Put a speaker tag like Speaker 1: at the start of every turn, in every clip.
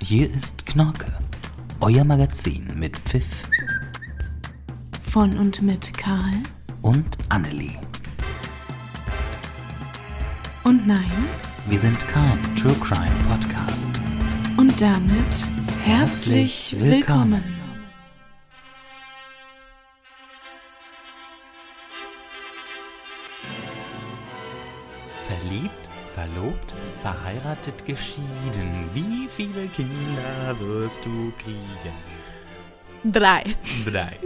Speaker 1: Hier ist Knorke, euer Magazin mit Pfiff
Speaker 2: Von und mit Karl
Speaker 1: und Annelie.
Speaker 2: und Nein
Speaker 1: Wir sind kein True Crime Podcast.
Speaker 2: und damit herzlich willkommen.
Speaker 1: Verliebt, verlobt, verheiratet, geschieden. Wie viele Kinder wirst du kriegen?
Speaker 2: Drei.
Speaker 1: Drei.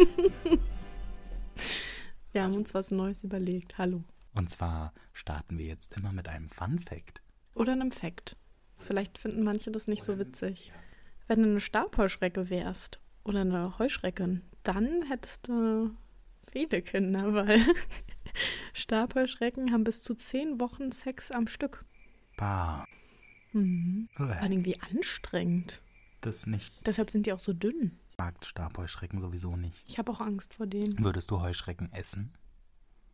Speaker 2: Wir haben uns was Neues überlegt. Hallo.
Speaker 1: Und zwar starten wir jetzt immer mit einem Fun Fact.
Speaker 2: Oder einem Fact. Vielleicht finden manche das nicht so witzig. Wenn du eine Stabheuschrecke wärst oder eine Heuschrecke, dann hättest du viele Kinder, weil Stabheuschrecken haben bis zu zehn Wochen Sex am Stück.
Speaker 1: Bah.
Speaker 2: Mhm.
Speaker 1: Uäh,
Speaker 2: Vor allem wie anstrengend.
Speaker 1: Äh, Das nicht.
Speaker 2: Deshalb sind die auch so dünn.
Speaker 1: Ich mag Stabheuschrecken sowieso nicht.
Speaker 2: Ich habe auch Angst vor denen.
Speaker 1: Würdest du Heuschrecken essen?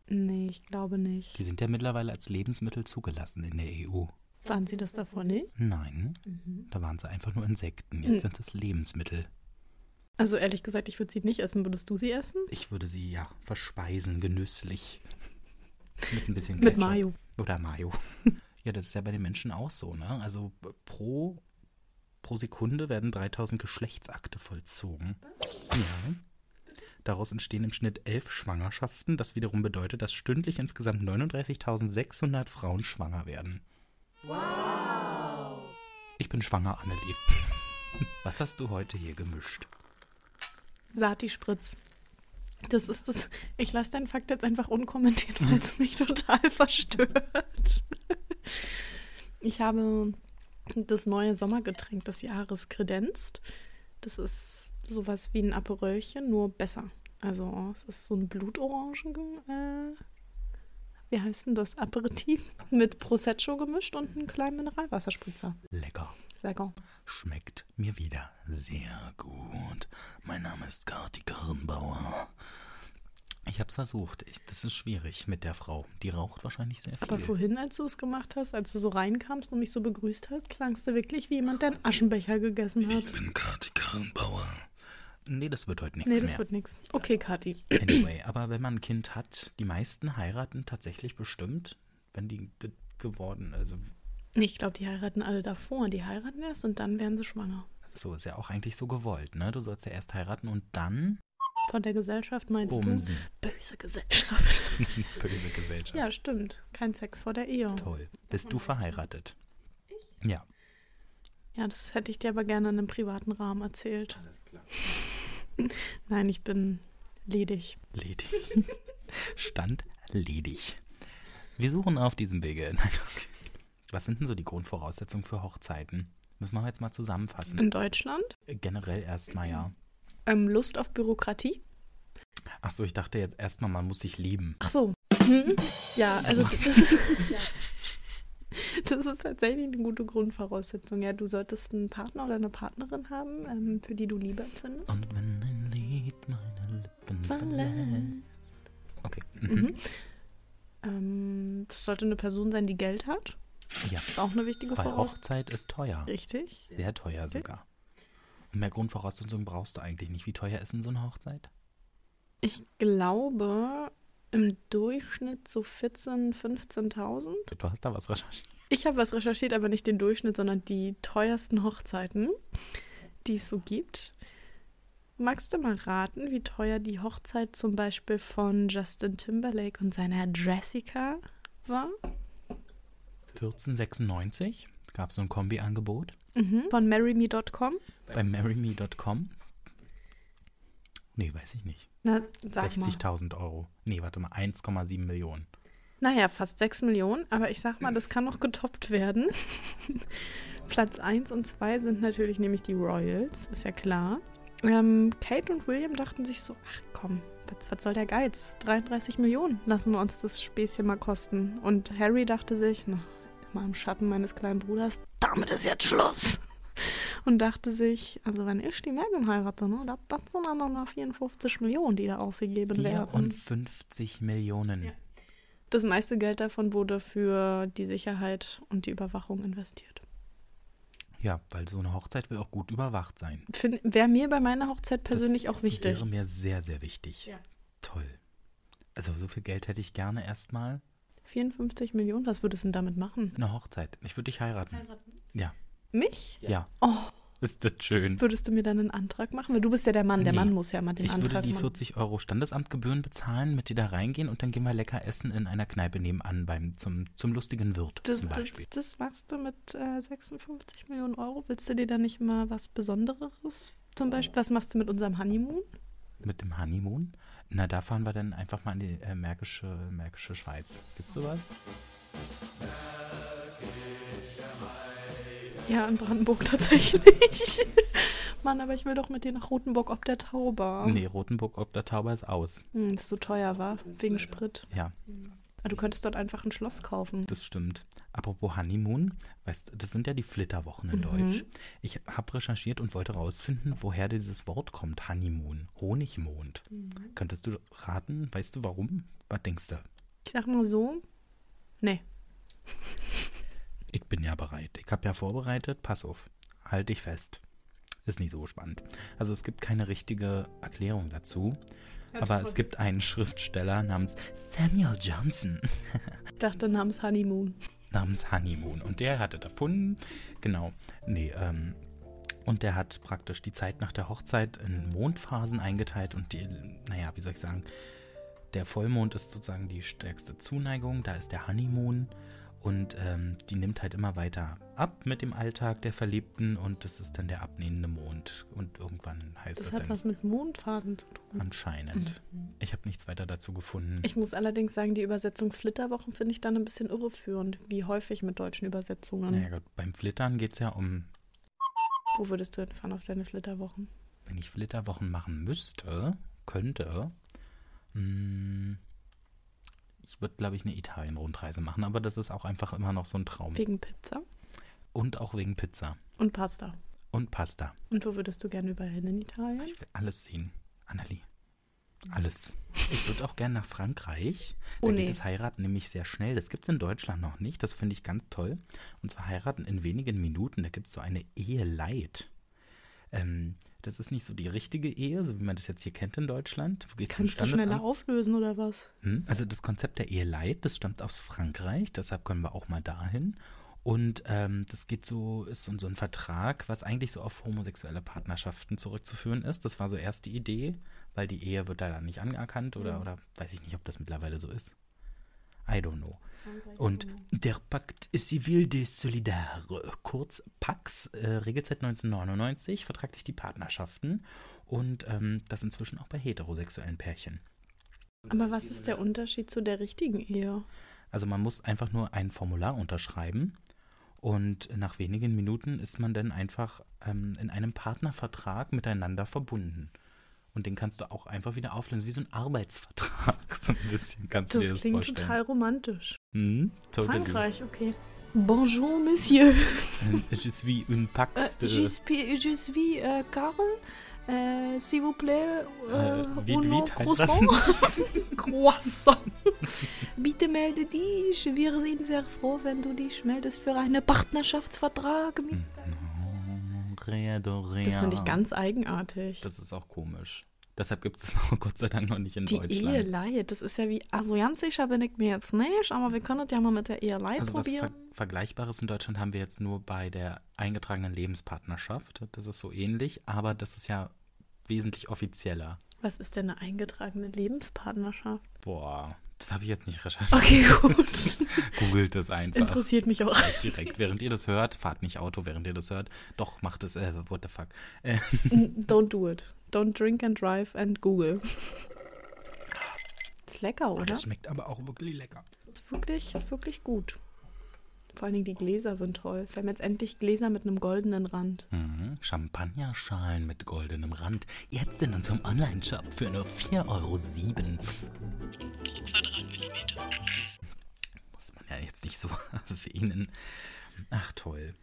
Speaker 2: Nee, ich glaube nicht.
Speaker 1: Die sind ja mittlerweile als Lebensmittel zugelassen in der E EU.
Speaker 2: Waren sie das davor nicht?
Speaker 1: Nein, da waren sie einfach nur Insekten. Jetzt sind es Lebensmittel.
Speaker 2: Also ehrlich gesagt, ich würde sie nicht essen. Würdest du sie essen?
Speaker 1: Ich würde sie ja verspeisen, genüsslich. Mit ein bisschen
Speaker 2: Mit
Speaker 1: Ketchup.
Speaker 2: Mayo.
Speaker 1: Oder Mayo. ja, das ist ja bei den Menschen auch so, ne? Also pro, pro Sekunde werden 3000 Geschlechtsakte vollzogen. Ja. Daraus entstehen im Schnitt elf Schwangerschaften. Das wiederum bedeutet, dass stündlich insgesamt 39.600 Frauen schwanger werden. Wow! Ich bin schwanger, Annelie. Was hast du heute hier gemischt?
Speaker 2: Sati-Spritz. Das ist das. Ich lasse deinen Fakt jetzt einfach unkommentiert, weil es mich total verstört. Ich habe das neue Sommergetränk des Jahres kredenzt. Das ist sowas wie ein Aperölchen, nur besser. Also es ist so ein Blutorangen. Äh, wie heißt denn das? Aperitif mit Prosecco gemischt und einem kleinen Mineralwasserspritzer.
Speaker 1: Lecker.
Speaker 2: Lecker.
Speaker 1: schmeckt mir wieder sehr gut. Mein Name ist Kati Karrenbauer. Ich hab's versucht. Ich, das ist schwierig mit der Frau. Die raucht wahrscheinlich sehr viel.
Speaker 2: Aber vorhin, als du es gemacht hast, als du so reinkamst und mich so begrüßt hast, klangst du wirklich wie jemand, der einen Aschenbecher gegessen hat.
Speaker 1: bin Kati Karrenbauer. Nee, das wird heute nichts
Speaker 2: Nee, das
Speaker 1: mehr.
Speaker 2: wird nichts. Okay, Kathi.
Speaker 1: Anyway, aber wenn man ein Kind hat, die meisten heiraten tatsächlich bestimmt, wenn die d- geworden, also
Speaker 2: Nee, ich glaube, die heiraten alle davor. Die heiraten erst und dann werden sie schwanger.
Speaker 1: so ist ja auch eigentlich so gewollt, ne? Du sollst ja erst heiraten und dann
Speaker 2: Von der Gesellschaft meinst
Speaker 1: bumsen.
Speaker 2: du? Böse Gesellschaft.
Speaker 1: Böse Gesellschaft.
Speaker 2: ja, stimmt. Kein Sex vor der Ehe.
Speaker 1: Toll. Bist du verheiratet? Ich? Ja.
Speaker 2: Ja, das hätte ich dir aber gerne in einem privaten Rahmen erzählt. Alles klar. Nein, ich bin ledig.
Speaker 1: Ledig. Stand ledig. Wir suchen auf diesem Wege. Nein, okay. Was sind denn so die Grundvoraussetzungen für Hochzeiten? Müssen wir jetzt mal zusammenfassen.
Speaker 2: In Deutschland.
Speaker 1: Äh, Generell erstmal ja.
Speaker 2: Ähm, Lust auf Bürokratie.
Speaker 1: Achso, ich dachte jetzt erstmal, man muss sich lieben.
Speaker 2: Ach so. Hm? Ja, also d- das ist, das ist tatsächlich eine gute Grundvoraussetzung. Ja, du solltest einen Partner oder eine Partnerin haben, ähm, für die du Liebe empfindest.
Speaker 1: Und wenn ein Lied meine Lippen verlässt. Okay. Mhm.
Speaker 2: Mhm. Ähm, das sollte eine Person sein, die Geld hat.
Speaker 1: Ja,
Speaker 2: Ist auch eine wichtige
Speaker 1: weil
Speaker 2: Voraussetzung.
Speaker 1: Hochzeit ist teuer.
Speaker 2: Richtig.
Speaker 1: Sehr teuer sogar. Und mehr Grundvoraussetzungen brauchst du eigentlich nicht. Wie teuer ist denn so eine Hochzeit?
Speaker 2: Ich glaube im Durchschnitt so 14.000, 15.000.
Speaker 1: Du hast da was recherchiert.
Speaker 2: Ich habe was recherchiert, aber nicht den Durchschnitt, sondern die teuersten Hochzeiten, die es so gibt. Magst du mal raten, wie teuer die Hochzeit zum Beispiel von Justin Timberlake und seiner Jessica war?
Speaker 1: 1496 gab es so ein Kombi-Angebot.
Speaker 2: Von marryme.com?
Speaker 1: Bei marryme.com? Nee, weiß ich nicht.
Speaker 2: Na, sag mal.
Speaker 1: 60.000 Euro. Nee, warte mal, 1,7 Millionen.
Speaker 2: Naja, fast 6 Millionen, aber ich sag mal, das kann noch getoppt werden. Platz 1 und 2 sind natürlich nämlich die Royals, ist ja klar. Ähm, Kate und William dachten sich so, ach komm, was, was soll der Geiz? 33 Millionen, lassen wir uns das Späßchen mal kosten. Und Harry dachte sich, na, immer im Schatten meines kleinen Bruders, damit ist jetzt Schluss. Und dachte sich, also wenn ich die Megan heirate, ne, das, das sind aber noch 54 Millionen, die da ausgegeben werden.
Speaker 1: 54 Millionen.
Speaker 2: Ja. Das meiste Geld davon wurde für die Sicherheit und die Überwachung investiert.
Speaker 1: Ja, weil so eine Hochzeit will auch gut überwacht sein.
Speaker 2: Wäre mir bei meiner Hochzeit persönlich auch wichtig.
Speaker 1: Wäre mir sehr, sehr wichtig.
Speaker 2: Ja.
Speaker 1: Toll. Also so viel Geld hätte ich gerne erstmal.
Speaker 2: 54 Millionen, was würdest du denn damit machen?
Speaker 1: Eine Hochzeit. Ich würde dich heiraten. Ja.
Speaker 2: Mich?
Speaker 1: Ja.
Speaker 2: Oh,
Speaker 1: Ist das schön.
Speaker 2: würdest du mir dann einen Antrag machen? Weil du bist ja der Mann, der
Speaker 1: Nee.
Speaker 2: Mann muss ja immer den
Speaker 1: Ich würde
Speaker 2: Antrag
Speaker 1: die
Speaker 2: machen.
Speaker 1: 40 Euro Standesamtgebühren bezahlen, mit dir da reingehen und dann gehen wir lecker essen in einer Kneipe nebenan beim, zum, zum lustigen Wirt
Speaker 2: Das,
Speaker 1: zum
Speaker 2: das,
Speaker 1: Beispiel.
Speaker 2: das machst du mit äh, 56 Millionen Euro. Willst du dir dann nicht mal was Besonderes? Zum Beispiel, was machst du mit unserem Honeymoon?
Speaker 1: Mit dem Honeymoon. Na, da fahren wir dann einfach mal in die äh, Märkische, Märkische Schweiz. Gibt's sowas?
Speaker 2: Ja, in Brandenburg tatsächlich. Mann, aber ich will doch mit dir nach Rotenburg ob der Tauber.
Speaker 1: Nee, Rotenburg ob der Tauber ist aus.
Speaker 2: Hm, das so teuer war, wegen Sprit.
Speaker 1: Ja,
Speaker 2: Ah, Du könntest dort einfach ein Schloss kaufen.
Speaker 1: das stimmt. Apropos Honeymoon, weißt das sind ja die Flitterwochen
Speaker 2: Mhm.
Speaker 1: in Deutsch. Ich habe recherchiert und wollte rausfinden, woher dieses Wort kommt, Honeymoon, Honigmond.
Speaker 2: Mhm.
Speaker 1: Könntest du raten? Weißt du warum? Was denkst du?
Speaker 2: Ich sag mal so. Nee.
Speaker 1: Ich bin ja bereit. Ich habe ja vorbereitet. Pass auf. Halt dich fest. Ist nicht so spannend. Also es gibt keine richtige Erklärung dazu. aber es gibt einen Schriftsteller namens Samuel Johnson
Speaker 2: Ich dachte namens Honeymoon.
Speaker 1: namens Honeymoon. Und der hatte davon, genau, nee, ähm, und der hat praktisch die Zeit nach der Hochzeit in Mondphasen eingeteilt und die, naja, wie soll ich sagen, der Vollmond ist sozusagen die stärkste Zuneigung, da ist der Honeymoon und ähm, die nimmt halt immer weiter ab mit dem Alltag der Verliebten und das ist dann der abnehmende Mond und irgendwann heißt
Speaker 2: Das
Speaker 1: es
Speaker 2: hat
Speaker 1: dann
Speaker 2: was mit Mondphasen zu
Speaker 1: Ah.
Speaker 2: tun.
Speaker 1: anscheinend. Ich habe nichts weiter dazu gefunden.
Speaker 2: Ich muss allerdings sagen, die Übersetzung Flitterwochen finde ich dann ein bisschen irreführend, wie häufig mit deutschen Übersetzungen.
Speaker 1: Naja, Gott, beim Flittern geht es ja um,
Speaker 2: Wo würdest du hinfahren auf deine Flitterwochen?
Speaker 1: wenn ich Flitterwochen machen müsste, könnte, mh, ich würde, glaube ich, eine Italien-Rundreise machen, aber das ist auch einfach immer noch so ein Traum.
Speaker 2: Wegen Pizza
Speaker 1: Und auch wegen Pizza
Speaker 2: und Pasta.
Speaker 1: und Pasta.
Speaker 2: Und wo würdest du gerne überall hin in Italien?
Speaker 1: Ich will alles sehen, Annelie. Alles. Ich würde auch gerne nach Frankreich. Da
Speaker 2: Oh,
Speaker 1: geht
Speaker 2: nee.
Speaker 1: das Heiraten nämlich sehr schnell. Das gibt es in Deutschland noch nicht. Das finde ich ganz toll. Und zwar heiraten in wenigen Minuten. Da gibt es so eine Eheleid. Ähm, das ist nicht so die richtige Ehe, so wie man das jetzt hier kennt in Deutschland. Du gehst zum
Speaker 2: Kannst du schneller
Speaker 1: Standesamt-
Speaker 2: auflösen oder was?
Speaker 1: Hm, Also das Konzept der Eheleid, das stammt aus Frankreich, deshalb können wir auch mal dahin. Und ähm, das geht so, ist so so ein Vertrag, was eigentlich so auf homosexuelle Partnerschaften zurückzuführen ist. Das war so erst die Idee, weil die Ehe wird da dann nicht anerkannt oder, oder weiß ich nicht, ob das mittlerweile so ist. I don't know. Und der Pakt Civil des Solidaires, kurz PAX, äh, regelt seit 1999 vertraglich die Partnerschaften und ähm, das inzwischen auch bei heterosexuellen Pärchen.
Speaker 2: Aber was ist der Unterschied zu der richtigen Ehe?
Speaker 1: Also man muss einfach nur ein Formular unterschreiben und nach wenigen Minuten ist man dann einfach ähm, in einem Partnervertrag miteinander verbunden. Und den kannst du auch einfach wieder auflösen, wie so ein Arbeitsvertrag. So ein bisschen kannst du
Speaker 2: Das
Speaker 1: dir das
Speaker 2: klingt
Speaker 1: vorstellen.
Speaker 2: total romantisch.
Speaker 1: Hm? Totally.
Speaker 2: Frankreich, okay. Bonjour, Monsieur.
Speaker 1: Je suis un
Speaker 2: Äh,
Speaker 1: Pax. de-
Speaker 2: je suis, je suis äh, Carl. Äh, s'il vous plaît, äh,
Speaker 1: Äh, vite,
Speaker 2: uno
Speaker 1: vite,
Speaker 2: croissant. croissant. Bitte melde dich. Wir sind sehr froh, wenn du dich meldest für einen Partnerschaftsvertrag. Mit
Speaker 1: Rien de rien.
Speaker 2: Das finde ich ganz eigenartig.
Speaker 1: Das ist auch komisch. Deshalb gibt es es auch Gott sei Dank noch nicht in
Speaker 2: die
Speaker 1: Deutschland.
Speaker 2: Eheleid, das ist ja wie, also ganz sicher bin ich mir jetzt nicht, aber wir können das ja mal mit der Eheleid
Speaker 1: Also was
Speaker 2: probieren.
Speaker 1: Ver Vergleichbares in Deutschland haben wir jetzt nur bei der eingetragenen Lebenspartnerschaft. Das ist so ähnlich, aber das ist ja wesentlich offizieller.
Speaker 2: Was ist denn eine eingetragene Lebenspartnerschaft?
Speaker 1: Boah, das habe ich jetzt nicht recherchiert.
Speaker 2: Okay, gut.
Speaker 1: Googelt das einfach.
Speaker 2: Interessiert mich auch.
Speaker 1: Gleich direkt, während ihr das hört. Fahrt nicht Auto, während ihr das hört. Doch, macht es, äh, what the fuck. Äh,
Speaker 2: Don't do it. Don't drink and drive and Google. Ist lecker, oder?
Speaker 1: das schmeckt aber auch wirklich lecker.
Speaker 2: Ist wirklich, ist wirklich gut. Vor allen Dingen die Gläser sind toll. Wir haben jetzt endlich Gläser mit einem goldenen Rand.
Speaker 1: Mhm. Champagnerschalen mit goldenem Rand. Jetzt in unserem Online-Shop für nur 4,07 Euro. Muss man ja jetzt nicht so erwähnen. Ach toll.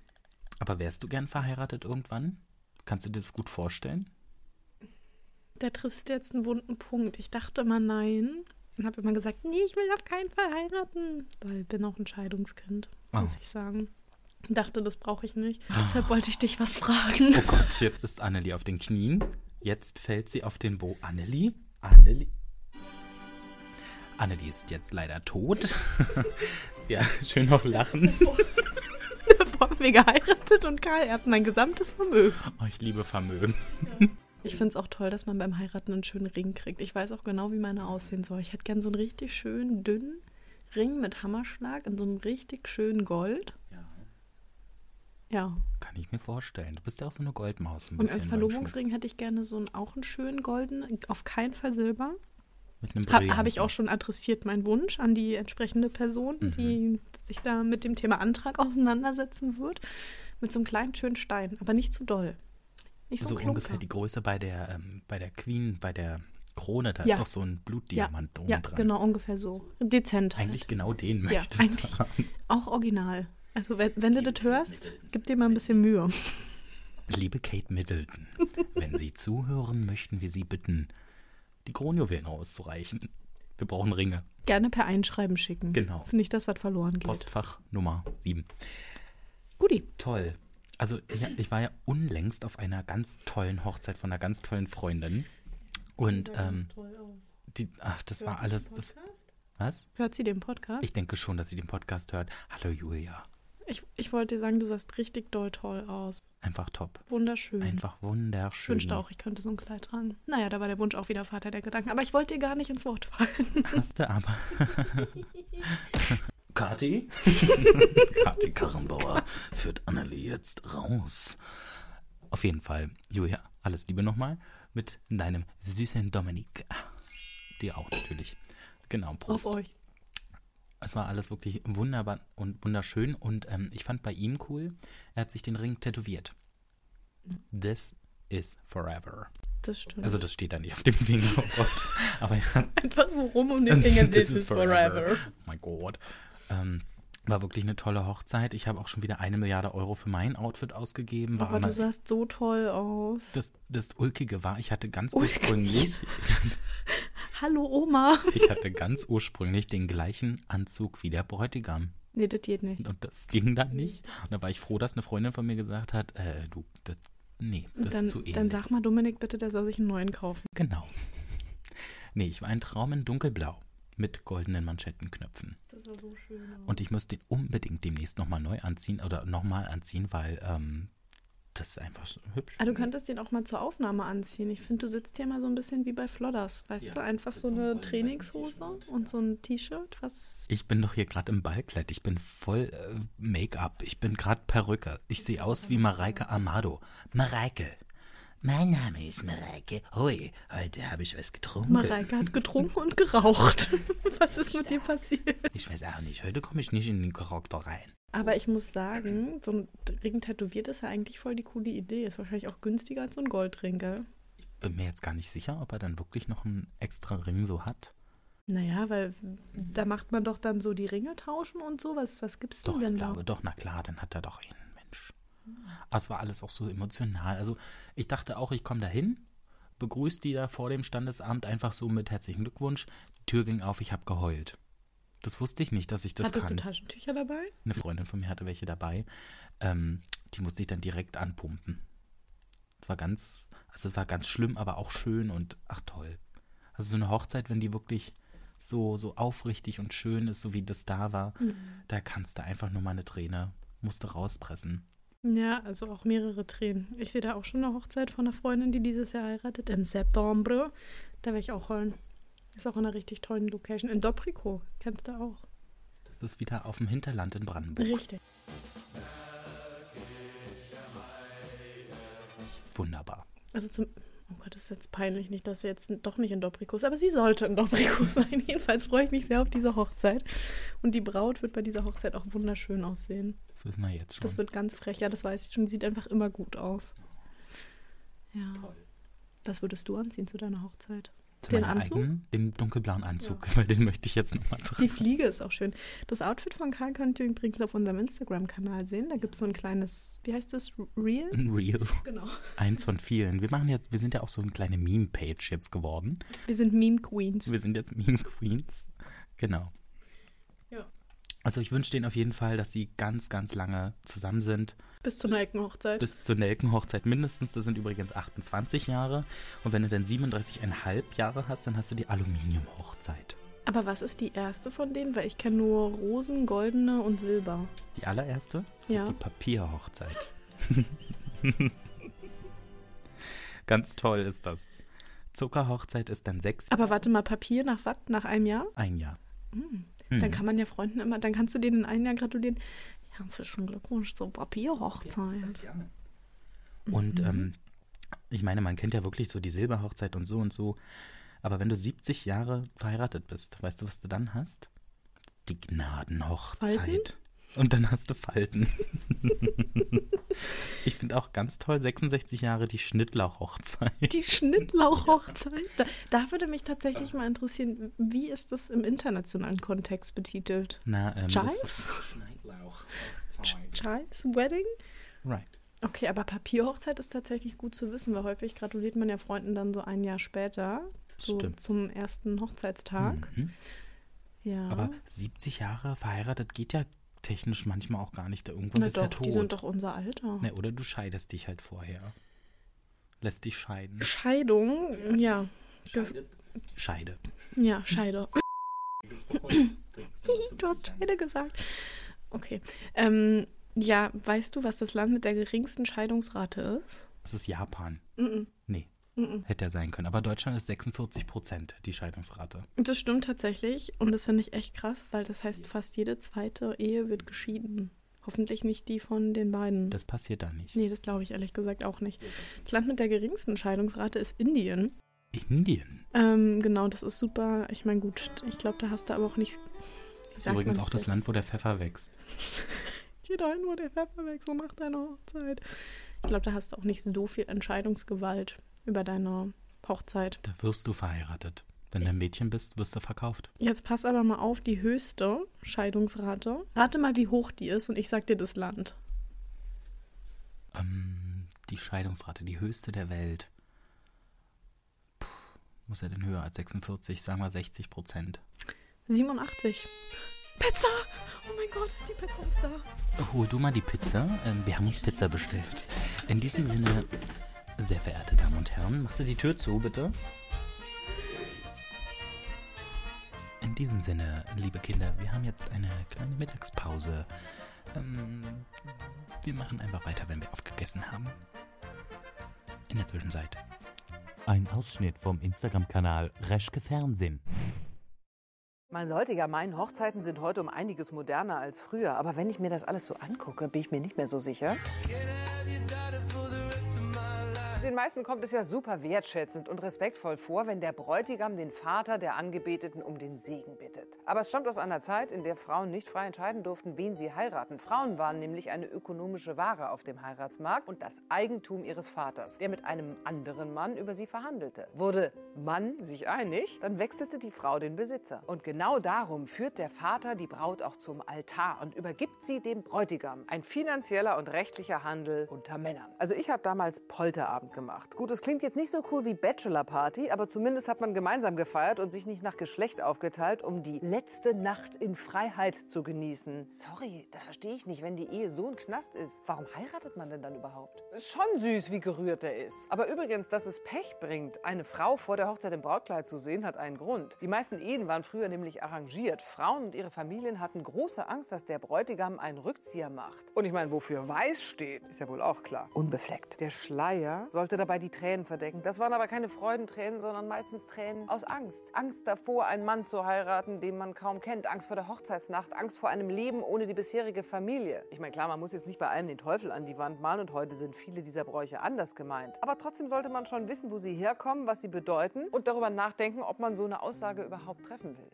Speaker 1: Aber wärst du gern verheiratet irgendwann? Kannst du dir das gut vorstellen?
Speaker 2: Da triffst du jetzt einen wunden Punkt. Ich dachte immer nein und habe immer gesagt, nee, ich will auf keinen Fall heiraten, weil ich bin auch ein Scheidungskind, muss
Speaker 1: Oh.
Speaker 2: ich sagen. Dachte, das brauche ich nicht. Deshalb wollte ich dich was fragen.
Speaker 1: Oh Gott, jetzt ist Annelie auf den Knien. Jetzt fällt sie auf den Bo. Annelie? Annelie? Annelie ist jetzt leider tot. ja, schön noch lachen.
Speaker 2: Davor haben wir geheiratet und Karl erbt mein gesamtes Vermögen.
Speaker 1: Oh, ich liebe Vermögen.
Speaker 2: Ich finde es auch toll, dass man beim Heiraten einen schönen Ring kriegt. Ich weiß auch genau, wie meine aussehen soll. Ich hätte gern so einen richtig schönen, dünnen Ring mit Hammerschlag in so einem richtig schönen Gold.
Speaker 1: Ja.
Speaker 2: Ja.
Speaker 1: Kann ich mir vorstellen. Du bist ja auch so eine Goldmaus. Ein
Speaker 2: Und
Speaker 1: bisschen
Speaker 2: als
Speaker 1: beim Schmuck.
Speaker 2: Verlobungsring hätte ich gerne so einen, auch einen schönen goldenen, auf keinen Fall Silber.
Speaker 1: Mit einem
Speaker 2: Ha,
Speaker 1: Brillanten.
Speaker 2: Habe ich auch schon adressiert, meinen Wunsch an die entsprechende Person,
Speaker 1: Mhm.
Speaker 2: die sich da mit dem Thema Antrag auseinandersetzen wird. Mit so einem kleinen, schönen Stein, aber nicht zu doll. Nicht so,
Speaker 1: So
Speaker 2: ein Klunker.
Speaker 1: ungefähr die Größe bei der, ähm, bei der Queen, bei der Krone. Da
Speaker 2: Ja.
Speaker 1: ist doch so ein Blutdiamant oben
Speaker 2: Ja,
Speaker 1: dran.
Speaker 2: genau, ungefähr so. Dezent. Halt.
Speaker 1: Eigentlich genau den
Speaker 2: Ja,
Speaker 1: möchtest
Speaker 2: eigentlich.
Speaker 1: du haben.
Speaker 2: Auch original. Also, wenn, wenn du das hörst, gib dir mal ein bisschen Mühe.
Speaker 1: Liebe Kate Middleton, wenn Sie zuhören, möchten wir Sie bitten, die Kronjuwelen auszureichen. Wir brauchen Ringe.
Speaker 2: Gerne per Einschreiben schicken.
Speaker 1: Genau.
Speaker 2: Finde ich, das was verloren geht.
Speaker 1: Postfach Nummer 7.
Speaker 2: Guti.
Speaker 1: Toll. Also ich, ich war ja unlängst auf einer ganz tollen Hochzeit von einer ganz tollen Freundin. Und ähm, die, ach, das war alles. Das, was?
Speaker 2: Hört sie den Podcast?
Speaker 1: Ich denke schon, dass sie den Podcast hört. Hallo Julia.
Speaker 2: Ich, ich wollte dir sagen, du sahst richtig doll toll aus.
Speaker 1: Einfach top.
Speaker 2: Wunderschön.
Speaker 1: Einfach
Speaker 2: Ich
Speaker 1: wunderschön.
Speaker 2: wünschte Mhm. auch, ich könnte so ein Kleid tragen. Naja, da war der Wunsch auch wieder Vater der Gedanken. Aber ich wollte dir gar nicht ins Wort fallen.
Speaker 1: Hast du aber. Kathi? Kathi Karrenbauer führt Annelie jetzt raus. Auf jeden Fall, Julia, alles Liebe nochmal mit deinem süßen Dominik. Dir auch natürlich. Genau, Prost.
Speaker 2: Auf euch.
Speaker 1: Es war alles wirklich wunderbar und wunderschön. Und ähm, ich fand bei ihm cool, er hat sich den Ring tätowiert.
Speaker 2: Mhm.
Speaker 1: This is forever.
Speaker 2: Das stimmt.
Speaker 1: Also das steht da nicht auf dem Fingerboard. aber er hat
Speaker 2: Einfach so rum um den Finger. This, is forever.
Speaker 1: Oh mein Gott. Ähm, war wirklich eine tolle Hochzeit. Ich habe auch schon wieder eine Milliarde Euro für mein Outfit ausgegeben. War
Speaker 2: Aber du
Speaker 1: mal-
Speaker 2: sahst so toll aus.
Speaker 1: das, das Ulkige war, ich hatte ganz
Speaker 2: Ulkig.
Speaker 1: ursprünglich,
Speaker 2: Hallo Oma.
Speaker 1: ich hatte ganz ursprünglich den gleichen Anzug wie der Bräutigam.
Speaker 2: Nee, das geht nicht.
Speaker 1: Und das ging dann nicht. Und da war ich froh, dass eine Freundin von mir gesagt hat, äh, du, das, nee, das
Speaker 2: dann,
Speaker 1: ist zu ähnlich.
Speaker 2: dann sag mal Dominik bitte, der soll sich einen neuen kaufen.
Speaker 1: genau. Nee, ich war ein Traum in dunkelblau mit goldenen Manschettenknöpfen.
Speaker 2: Das war so schön.
Speaker 1: Und ich muss den unbedingt demnächst nochmal neu anziehen oder nochmal anziehen, weil ähm, das ist einfach so hübsch.
Speaker 2: Ah, du könntest den auch mal zur Aufnahme anziehen. Ich finde, du sitzt hier mal so ein bisschen wie bei Flodders. Weißt
Speaker 1: Ja,
Speaker 2: du, einfach
Speaker 1: mit
Speaker 2: so
Speaker 1: so einem
Speaker 2: eine
Speaker 1: ollen weißen
Speaker 2: Trainingshose
Speaker 1: T-Shirt,
Speaker 2: und so ein T-Shirt, was
Speaker 1: ich bin doch hier gerade im Ballkleid. Ich bin voll äh, Make-up. Ich bin gerade Perücke. Ich sehe aus wie Mareike Amado. Mareike. Mein Name ist Mareike. Hui, heute habe ich was getrunken.
Speaker 2: Mareike hat getrunken und geraucht. Was ist mit dir passiert?
Speaker 1: Ich weiß auch nicht. Heute komme ich nicht in den Charakter rein.
Speaker 2: Aber ich muss sagen, so ein Ring tätowiert ist ja eigentlich voll die coole Idee. Ist wahrscheinlich auch günstiger als so ein Goldring, gell?
Speaker 1: Bin mir jetzt gar nicht sicher, ob er dann wirklich noch einen extra Ring so hat.
Speaker 2: Naja, weil da macht man doch dann so die Ringe tauschen und so. Was, was gibt's denn,
Speaker 1: Doch, ich
Speaker 2: denn
Speaker 1: glaube, doch, na klar, dann hat er doch einen Mensch.
Speaker 2: Hm.
Speaker 1: Aber es war alles auch so emotional. Also ich dachte auch, ich komme da hin, begrüße die da vor dem Standesamt einfach so mit herzlichen Glückwunsch. Die Tür ging auf, ich habe geheult. Das wusste ich nicht, dass ich
Speaker 2: da?
Speaker 1: das
Speaker 2: Hattest
Speaker 1: kann.
Speaker 2: du Taschentücher dabei?
Speaker 1: Eine Freundin von mir hatte welche dabei. Ähm, die musste ich dann direkt anpumpen. Es war ganz, also es war ganz schlimm, aber auch schön und ach toll. Also so eine Hochzeit, wenn die wirklich so, so aufrichtig und schön ist, so wie das da war,
Speaker 2: Mhm.
Speaker 1: da kannst du einfach nur mal eine Träne, musst du rauspressen.
Speaker 2: Ja, also auch mehrere Tränen. Ich sehe da auch schon eine Hochzeit von einer Freundin, die dieses Jahr heiratet, im September. Da werde ich auch heulen. Ist auch in einer richtig tollen Location. In Doprico. Kennst du auch.
Speaker 1: Das ist wieder auf dem Hinterland in Brandenburg.
Speaker 2: Richtig.
Speaker 1: Wunderbar.
Speaker 2: Also zum. Oh Gott, das ist jetzt peinlich, nicht, dass sie jetzt doch nicht in Doprico ist, aber sie sollte in Doprico sein. Jedenfalls freue ich mich sehr auf diese Hochzeit. Und die Braut wird bei dieser Hochzeit auch wunderschön aussehen.
Speaker 1: Das wissen wir jetzt schon.
Speaker 2: Das wird ganz frech, ja, das weiß ich schon. Die sieht einfach immer gut aus. Ja. Was würdest du anziehen zu deiner Hochzeit?
Speaker 1: Zu
Speaker 2: den
Speaker 1: meiner
Speaker 2: Anzug?
Speaker 1: eigenen- den dunkelblauen Anzug, weil den möchte ich jetzt nochmal
Speaker 2: Die
Speaker 1: tragen.
Speaker 2: Fliege ist auch schön. Das Outfit von Karl könnt ihr übrigens auf unserem Instagram-Kanal sehen. Da gibt es so ein kleines, wie heißt das, Reel?
Speaker 1: Ein Real.
Speaker 2: Genau.
Speaker 1: Eins von vielen. Wir machen jetzt, wir sind ja auch so eine kleine Meme-Page jetzt geworden.
Speaker 2: Wir sind Meme Queens.
Speaker 1: Wir sind jetzt Meme Queens. Genau.
Speaker 2: Ja.
Speaker 1: Also ich wünsche denen auf jeden Fall, dass sie ganz, ganz lange zusammen sind.
Speaker 2: Bis zur Nelkenhochzeit.
Speaker 1: Bis zur Nelkenhochzeit mindestens. Das sind übrigens 28 Jahre. Und wenn du dann 37,5 Jahre hast, dann hast du die Aluminiumhochzeit.
Speaker 2: Aber was ist die erste von denen? Weil ich kenne nur Rosen, Goldene und Silber.
Speaker 1: Die allererste
Speaker 2: Ja.
Speaker 1: ist die Papierhochzeit. ganz toll ist das. Zuckerhochzeit ist dann sechs,
Speaker 2: Aber warte mal, Papier nach was? Nach einem Jahr?
Speaker 1: ein Jahr.
Speaker 2: Hm.
Speaker 1: Hm.
Speaker 2: Dann kann man ja Freunden immer, dann kannst du denen in einem Jahr gratulieren. Herzlichen Glückwunsch zur Papierhochzeit.
Speaker 1: Und
Speaker 2: Mhm.
Speaker 1: ähm, ich meine, man kennt ja wirklich so die Silberhochzeit und so und so. Aber wenn du 70 Jahre verheiratet bist, weißt du, was du dann hast? Die Gnadenhochzeit.
Speaker 2: Falten?
Speaker 1: Und dann hast du Falten. ich finde auch ganz toll 66 Jahre die Schnittlauchhochzeit.
Speaker 2: Die Schnittlauchhochzeit. Da, da würde mich tatsächlich mal interessieren, wie ist das im internationalen Kontext betitelt?
Speaker 1: Na, ähm,
Speaker 2: Chives?
Speaker 1: Schnittlauchhochzeit.
Speaker 2: Chives Wedding?
Speaker 1: Right.
Speaker 2: Okay, aber Papierhochzeit ist tatsächlich gut zu wissen, weil häufig gratuliert man ja Freunden dann so ein Jahr später so
Speaker 1: stimmt.
Speaker 2: zum ersten Hochzeitstag.
Speaker 1: Mhm.
Speaker 2: Ja.
Speaker 1: Aber 70 Jahre verheiratet geht ja technisch manchmal auch gar nicht. Irgendwann
Speaker 2: Na
Speaker 1: ist
Speaker 2: doch,
Speaker 1: er tot.
Speaker 2: die sind doch unser Alter.
Speaker 1: Ne, oder du scheidest dich halt vorher. Lässt dich scheiden.
Speaker 2: Scheidung, ja. Ge-
Speaker 1: Scheide.
Speaker 2: Ja, Scheide. Oh, du hast Scheide gesagt. Okay. Ähm, ja, weißt du, was das Land mit der geringsten Scheidungsrate ist?
Speaker 1: Das ist Japan.
Speaker 2: Mhm.
Speaker 1: Nee,
Speaker 2: Mhm.
Speaker 1: hätte ja sein können. Aber Deutschland ist 46 Prozent die Scheidungsrate.
Speaker 2: Das stimmt tatsächlich und das finde ich echt krass, weil das heißt, fast jede zweite Ehe wird geschieden. Hoffentlich nicht die von den beiden.
Speaker 1: Das passiert da nicht.
Speaker 2: nee, das glaube ich ehrlich gesagt auch nicht. Das Land mit der geringsten Scheidungsrate ist Indien.
Speaker 1: Indien.
Speaker 2: Ähm, genau, das ist super. Ich meine, gut, ich glaube, da hast du aber auch nicht.
Speaker 1: Das ist übrigens auch das Land, wo der Pfeffer wächst.
Speaker 2: Geh dahin, wo der Pfeffer wächst und mach deine Hochzeit. Ich glaube, da hast du auch nicht so viel Entscheidungsgewalt über deine Hochzeit.
Speaker 1: Da wirst du verheiratet. Wenn du ein Mädchen bist, wirst du verkauft.
Speaker 2: Jetzt pass aber mal auf die höchste Scheidungsrate. Rate mal, wie hoch die ist und ich sag dir das Land.
Speaker 1: Ähm, die Scheidungsrate, die höchste der Welt. Puh, muss ja denn höher als 46, sagen wir 60 Prozent.
Speaker 2: 87. Pizza! Oh mein Gott, die Pizza ist da.
Speaker 1: Hol du mal die Pizza. Ähm, wir haben uns Pizza bestellt. In diesem Sinne, sehr verehrte Damen und Herren, machst du die Tür zu, bitte? In diesem Sinne, liebe Kinder, wir haben jetzt eine kleine Mittagspause. Ähm, wir machen einfach weiter, wenn wir aufgegessen haben. In der Zwischenzeit.
Speaker 3: Ein Ausschnitt vom Instagram-Kanal Reschke Fernsehen.
Speaker 4: Man sollte ja meinen, Hochzeiten sind heute um einiges moderner als früher. Aber wenn ich mir das alles so angucke, bin ich mir nicht mehr so sicher. Den meisten kommt es ja super wertschätzend und respektvoll vor, wenn der Bräutigam den Vater der Angebeteten um den Segen bittet. Aber es stammt aus einer Zeit, in der Frauen nicht frei entscheiden durften, wen sie heiraten. Frauen waren nämlich eine ökonomische Ware auf dem Heiratsmarkt und das Eigentum ihres Vaters, der mit einem anderen Mann über sie verhandelte. Wurde Mann sich einig, dann wechselte die Frau den Besitzer. Und genau darum führt der Vater die Braut auch zum Altar und übergibt sie dem Bräutigam. Ein finanzieller und rechtlicher Handel unter Männern. Also ich habe damals Polterabend gemacht. Gut, es klingt jetzt nicht so cool wie Bachelorparty, aber zumindest hat man gemeinsam gefeiert und sich nicht nach Geschlecht aufgeteilt, um die letzte Nacht in Freiheit zu genießen. Sorry, das verstehe ich nicht, wenn die Ehe so ein Knast ist. Warum heiratet man denn dann überhaupt? Ist schon süß, wie gerührt er ist. Aber übrigens, dass es Pech bringt, eine Frau vor der Hochzeit im Brautkleid zu sehen, hat einen Grund. Die meisten Ehen waren früher nämlich arrangiert. Frauen und ihre Familien hatten große Angst, dass der Bräutigam einen Rückzieher macht. Und ich meine, wofür weiß steht, ist ja wohl auch klar. Unbefleckt. Der Schleier sollte dabei die Tränen verdecken. Das waren aber keine Freudentränen, sondern meistens Tränen aus Angst. Angst davor, einen Mann zu heiraten, den man kaum kennt. Angst vor der Hochzeitsnacht. Angst vor einem Leben ohne die bisherige Familie. Ich meine, klar, man muss jetzt nicht bei allen den Teufel an die Wand malen und heute sind viele dieser Bräuche anders gemeint. Aber trotzdem sollte man schon wissen, wo sie herkommen, was sie bedeuten und darüber nachdenken, ob man so eine Aussage überhaupt treffen will.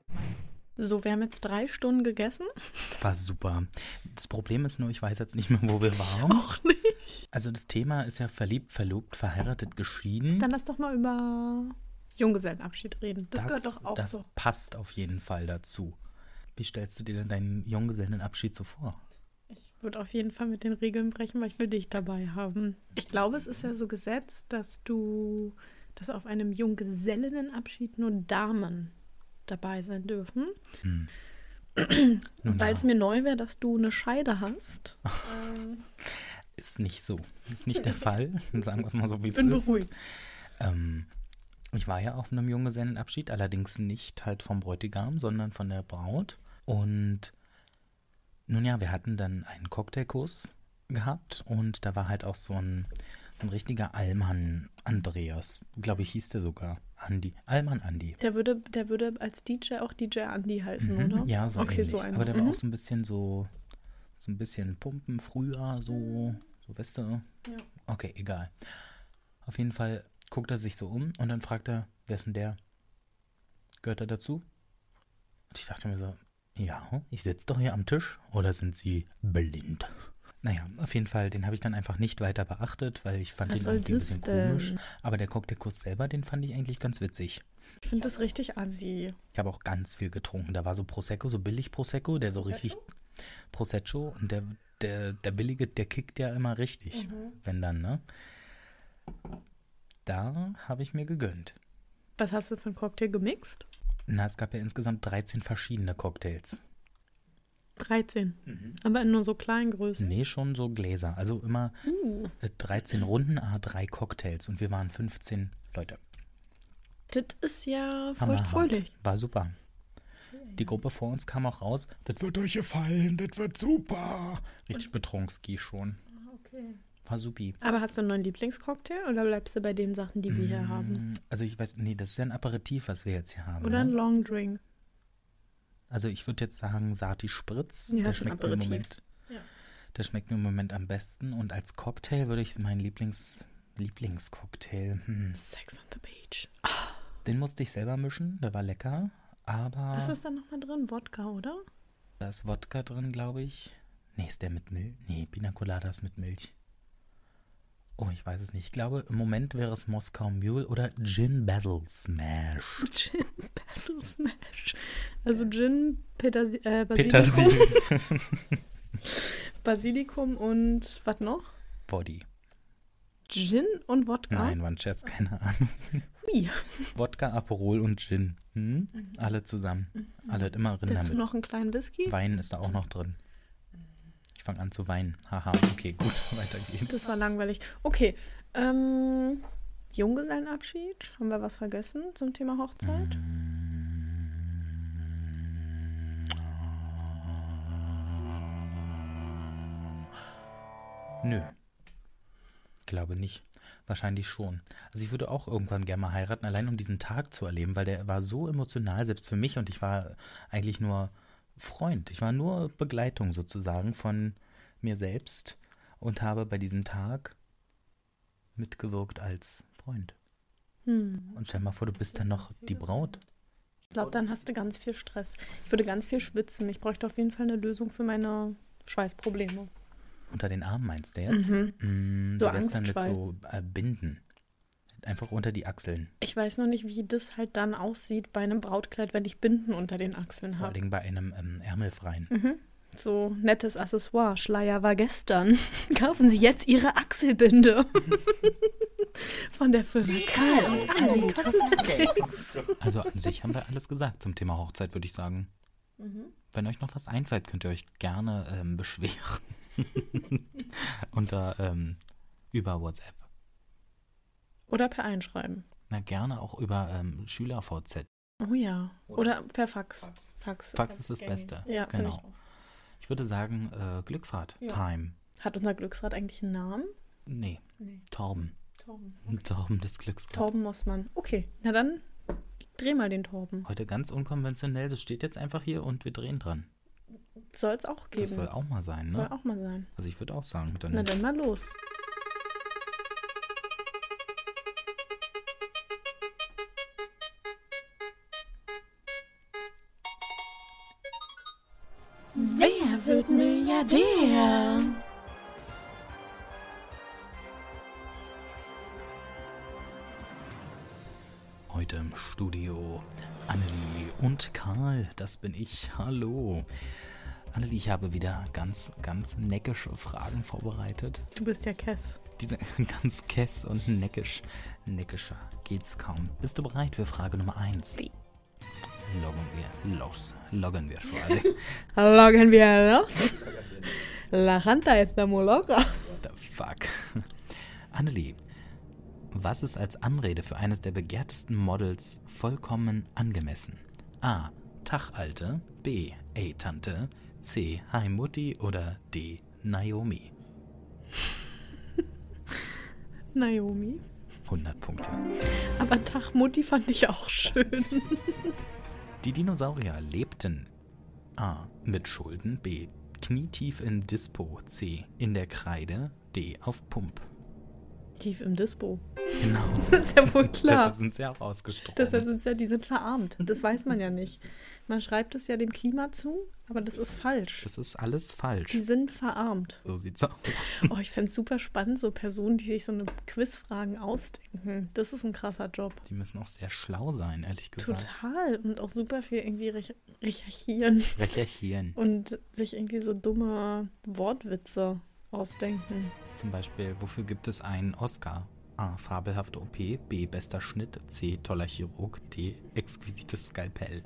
Speaker 2: So, wir haben jetzt drei Stunden gegessen.
Speaker 1: War super. Das Problem ist nur, ich weiß jetzt nicht mehr, wo wir waren.
Speaker 2: Auch nicht.
Speaker 1: Also das Thema ist ja verliebt, verlobt, verheiratet, geschieden.
Speaker 2: Dann lass doch mal über Junggesellenabschied reden. Das, gehört doch auch
Speaker 1: Das
Speaker 2: so.
Speaker 1: passt auf jeden Fall dazu. Wie stellst du dir denn deinen Junggesellenabschied so vor?
Speaker 2: Wird auf jeden Fall mit den Regeln brechen, weil ich will dich dabei haben. Ich glaube, es ist ja so gesetzt, dass du, dass auf einem
Speaker 1: Hm.
Speaker 2: Junggesellinnenabschied nur Damen dabei sein dürfen.
Speaker 1: Nun ja,
Speaker 2: Weil es mir neu wäre, dass du eine Scheide hast. ähm,
Speaker 1: ist nicht so. Ist nicht der Fall. Sagen wir es mal so, wie es
Speaker 2: bin
Speaker 1: ist.
Speaker 2: beruhigt.
Speaker 1: Ähm, ich war ja auf einem Junggesellenabschied, allerdings nicht halt vom Bräutigam, sondern von der Braut. Und nun ja, wir hatten dann einen Cocktailkurs gehabt und da war halt auch so ein, ein richtiger Alman Andreas, glaube ich, hieß der sogar. Andi. Alman Andi.
Speaker 2: Der würde, der würde als DJ auch DJ Andy heißen,
Speaker 1: Mhm.
Speaker 2: oder?
Speaker 1: Ja, so
Speaker 2: Okay,
Speaker 1: ähnlich.
Speaker 2: so einer.
Speaker 1: Aber der war
Speaker 2: Mhm.
Speaker 1: auch so ein bisschen so, so ein bisschen Pumpen früher, so, so weißt du. Okay, egal. Auf jeden Fall guckt er sich so um und dann fragt er, wer ist denn der? Gehört er dazu? Und ich dachte mir so, ja, ich sitze doch hier am Tisch oder sind sie blind? Naja, auf jeden Fall, den habe ich dann einfach nicht weiter beachtet, weil ich fand
Speaker 2: Was
Speaker 1: den
Speaker 2: soll
Speaker 1: irgendwie ein
Speaker 2: das
Speaker 1: bisschen
Speaker 2: denn?
Speaker 1: komisch. Aber der Cocktailkurs selber, den fand ich eigentlich ganz witzig.
Speaker 2: Ich finde das richtig assi.
Speaker 1: Ich habe auch ganz viel getrunken. Da war so Prosecco, so billig Prosecco, der so richtig Prosecco und der, der, der billige, der kickt ja immer richtig, wenn dann, ne? Da habe ich mir gegönnt.
Speaker 2: Was hast du für einen Cocktail gemixt?
Speaker 1: Na, es gab ja insgesamt 13 verschiedene Cocktails.
Speaker 2: 13. Aber in nur so kleinen Größen.
Speaker 1: Mhm. Nee, schon so Gläser. Also immer äh, 13 Runden, ah, drei Cocktails. Und wir waren 15 Leute.
Speaker 2: Das ist ja
Speaker 1: Hammerhart.
Speaker 2: feuchtfröhlich.
Speaker 1: War super. Die Gruppe vor uns kam auch raus. Das wird euch gefallen, das wird super. Richtig betrunken schon.
Speaker 2: Ah, Okay.
Speaker 1: War supi.
Speaker 2: Aber hast du einen neuen Lieblingscocktail oder bleibst du bei den Sachen, die wir hier haben?
Speaker 1: Mm, Also ich weiß, nee, das ist ja ein Aperitif, was wir jetzt hier haben.
Speaker 2: Oder ein
Speaker 1: ne?
Speaker 2: Long Drink?
Speaker 1: Also ich würde jetzt sagen, Sati Spritz,
Speaker 2: Ja,
Speaker 1: der
Speaker 2: ist ein
Speaker 1: schmeckt mir im
Speaker 2: Aperitif.
Speaker 1: Moment.
Speaker 2: Ja.
Speaker 1: Der schmeckt mir im Moment am besten. Und als Cocktail würde ich meinen Lieblings, Lieblingscocktail. Hm.
Speaker 2: Sex on the Beach.
Speaker 1: Den musste ich selber mischen, der war lecker. Aber
Speaker 2: Was ist da nochmal drin? Wodka, oder?
Speaker 1: da ist Wodka drin, glaube ich. Nee, ist der mit Milch? Nee, Pina Colada ist mit Milch. Oh, ich weiß es nicht. Ich glaube, im Moment wäre es Moskau Mule oder Gin Basil Smash.
Speaker 2: Gin Basil Smash. Also Gin, Petersi äh, Basilikum,
Speaker 1: Petersilie.
Speaker 2: Basilikum und was noch?
Speaker 1: Body.
Speaker 2: Gin und Wodka.
Speaker 1: Nein, war ein Scherz, keine Ahnung.
Speaker 2: Ui.
Speaker 1: Wodka, Aperol und Gin. Hm? Alle zusammen. Alle hat immer Rinder
Speaker 2: Dazu
Speaker 1: mit.
Speaker 2: Mhm. noch einen kleinen Whisky.
Speaker 1: Wein ist da auch noch drin. Ich fange an zu weinen. Haha, okay, gut, weiter geht's.
Speaker 2: Das war langweilig. Okay. Ähm, Junggesellenabschied. Haben wir was vergessen zum Thema
Speaker 1: Mhm.
Speaker 2: Hochzeit?
Speaker 1: Nö. Glaube nicht. Wahrscheinlich schon. Also ich würde auch irgendwann gerne mal heiraten, allein um diesen Tag zu erleben, weil der war so emotional, selbst für mich, und ich war eigentlich nur Freund. Ich war nur Begleitung sozusagen von mir selbst und habe bei diesem Tag mitgewirkt als Freund.
Speaker 2: Hm.
Speaker 1: Und stell mal vor, du bist dann noch die Braut.
Speaker 2: Ich glaube, dann hast du ganz viel Stress. Ich würde ganz viel schwitzen. Ich bräuchte auf jeden Fall eine Lösung für meine Schweißprobleme.
Speaker 1: Unter den Armen meinst du jetzt? Mm,
Speaker 2: So
Speaker 1: du wärst dann mit
Speaker 2: Mhm. Angstschweiß.
Speaker 1: so äh, Binden. Einfach unter die Achseln.
Speaker 2: Ich weiß noch nicht, wie das halt dann aussieht bei einem Brautkleid, wenn ich Binden unter den Achseln
Speaker 1: Vor allen
Speaker 2: habe.
Speaker 1: Dingen bei einem ähm, Ärmelfreien.
Speaker 2: So nettes Accessoire. Schleier war gestern. Kaufen Sie jetzt Ihre Achselbinde. Von der Firma Karl und Annelie Cosmetics.
Speaker 1: Also an sich haben wir alles gesagt zum Thema Hochzeit, würde ich sagen.
Speaker 2: Mhm.
Speaker 1: Wenn euch noch was einfällt, könnt ihr euch gerne ähm, beschweren. unter, ähm, über WhatsApp.
Speaker 2: Oder per Einschreiben.
Speaker 1: Na, gerne auch über ähm, SchülerVZ.
Speaker 2: Oh ja. Oder per Fax. Fax,
Speaker 1: Fax ist das Beste.
Speaker 2: Ja, finde
Speaker 1: genau. Ich würde sagen, äh, Glücksrad.
Speaker 2: Ja.
Speaker 1: Time.
Speaker 2: ich. Hat unser Glücksrad eigentlich einen Namen?
Speaker 1: Nee,
Speaker 2: Nee.
Speaker 1: Torben.
Speaker 2: Torben.
Speaker 1: Torben des Glücksrads.
Speaker 2: Torben Mossmann. Okay, na dann dreh mal den Torben.
Speaker 1: Heute ganz unkonventionell, das steht jetzt einfach hier und wir drehen dran.
Speaker 2: Soll es auch geben.
Speaker 1: Das soll
Speaker 2: Soll
Speaker 1: auch mal sein, ne?
Speaker 2: auch mal sein.
Speaker 1: Also ich würde auch sagen, dann,
Speaker 2: Na dann mal los. Wer wird Milliardär?
Speaker 1: heute im Studio Annelie und Karl, das bin ich. Hallo. Annelie, ich habe wieder ganz, ganz neckische Fragen vorbereitet.
Speaker 2: Du bist ja Kess.
Speaker 1: Diese ganz kess und neckisch. Neckischer geht's kaum. Bist du bereit für Frage Nummer 1? loggen wir los. Loggen wir vor allem.
Speaker 2: Loggen wir los. La Janta está muy loca.
Speaker 1: The fuck. Annelie, was ist als Anrede für eines der begehrtesten Models vollkommen angemessen? A. Tachalte. B. Ey Tante. C. Hi Mutti. Oder D. Naomi.
Speaker 2: Naomi.
Speaker 1: 100 Punkte.
Speaker 2: Aber Tag Mutti fand ich auch schön.
Speaker 1: Die Dinosaurier lebten A. mit Schulden, B. knietief im Dispo, C. in der Kreide, D. auf Pump.
Speaker 2: Tief im Dispo.
Speaker 1: Genau.
Speaker 2: Das ist ja wohl klar.
Speaker 1: Deshalb sind sie auch ausgestorben.
Speaker 2: Deshalb sind ja, die sind verarmt. Das weiß man ja nicht. Man schreibt es ja dem Klima zu, aber das ist falsch.
Speaker 1: das ist alles
Speaker 2: Die
Speaker 1: falsch.
Speaker 2: sind verarmt.
Speaker 1: So sieht's aus.
Speaker 2: Oh, ich fände es super spannend, so Personen, die sich so eine Quizfragen ausdenken. Das ist ein krasser Job.
Speaker 1: Die müssen auch sehr schlau sein, ehrlich gesagt.
Speaker 2: Total. Und auch super viel irgendwie rech- recherchieren
Speaker 1: Recherchieren.
Speaker 2: und sich irgendwie so dumme Wortwitze ausdenken.
Speaker 1: Zum Beispiel, wofür gibt es einen Oscar? A. Fabelhafte OP, B. Bester Schnitt, C. Toller Chirurg, D. Exquisites Skalpell.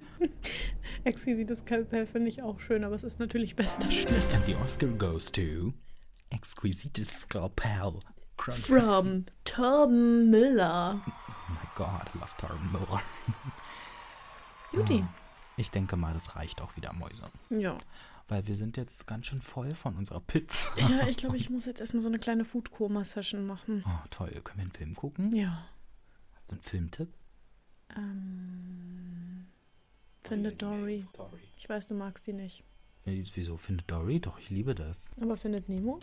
Speaker 2: Exquisites Kalpell finde ich auch schön, aber es ist natürlich bester Schnitt.
Speaker 1: And the Oscar goes to Exquisites Skalpell. Crunch.
Speaker 2: From Torben Miller.
Speaker 1: Oh my god, I love Taron Miller.
Speaker 2: Judy.
Speaker 1: Ich denke mal, das reicht auch wieder, Mäuse.
Speaker 2: Ja.
Speaker 1: Weil wir sind jetzt ganz schön voll von unserer Pizza.
Speaker 2: Ja, ich glaube, ich muss jetzt erstmal so eine kleine Food-Coma-Session machen.
Speaker 1: Oh, toll. Können wir einen Film gucken?
Speaker 2: Ja.
Speaker 1: Hast du einen Filmtipp?
Speaker 2: Ähm, finde Dory. Ich weiß, du magst die nicht.
Speaker 1: Nee, Wieso? Findet Dory? Doch, ich liebe das.
Speaker 2: Aber findet Nemo?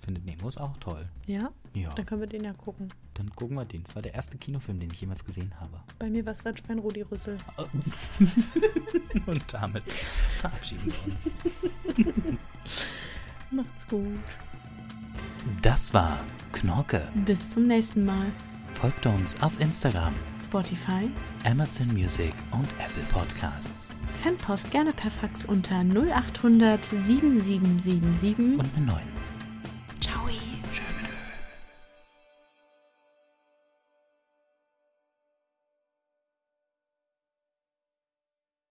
Speaker 1: Findet Nemo ist auch toll.
Speaker 2: Ja.
Speaker 1: Ja,
Speaker 2: Dann können wir den ja gucken.
Speaker 1: dann gucken wir den. Das war der erste Kinofilm, den ich jemals gesehen habe.
Speaker 2: Bei mir war es Rennschwein Rudi Rüssel.
Speaker 1: Und damit verabschieden wir uns.
Speaker 2: Macht's gut.
Speaker 1: Das war Knorke.
Speaker 2: Bis zum nächsten Mal.
Speaker 1: Folgt uns auf Instagram,
Speaker 2: Spotify.
Speaker 1: Amazon Music und Apple Podcasts.
Speaker 2: Fanpost gerne per Fax unter 0800 7777.
Speaker 1: Und einen neuen.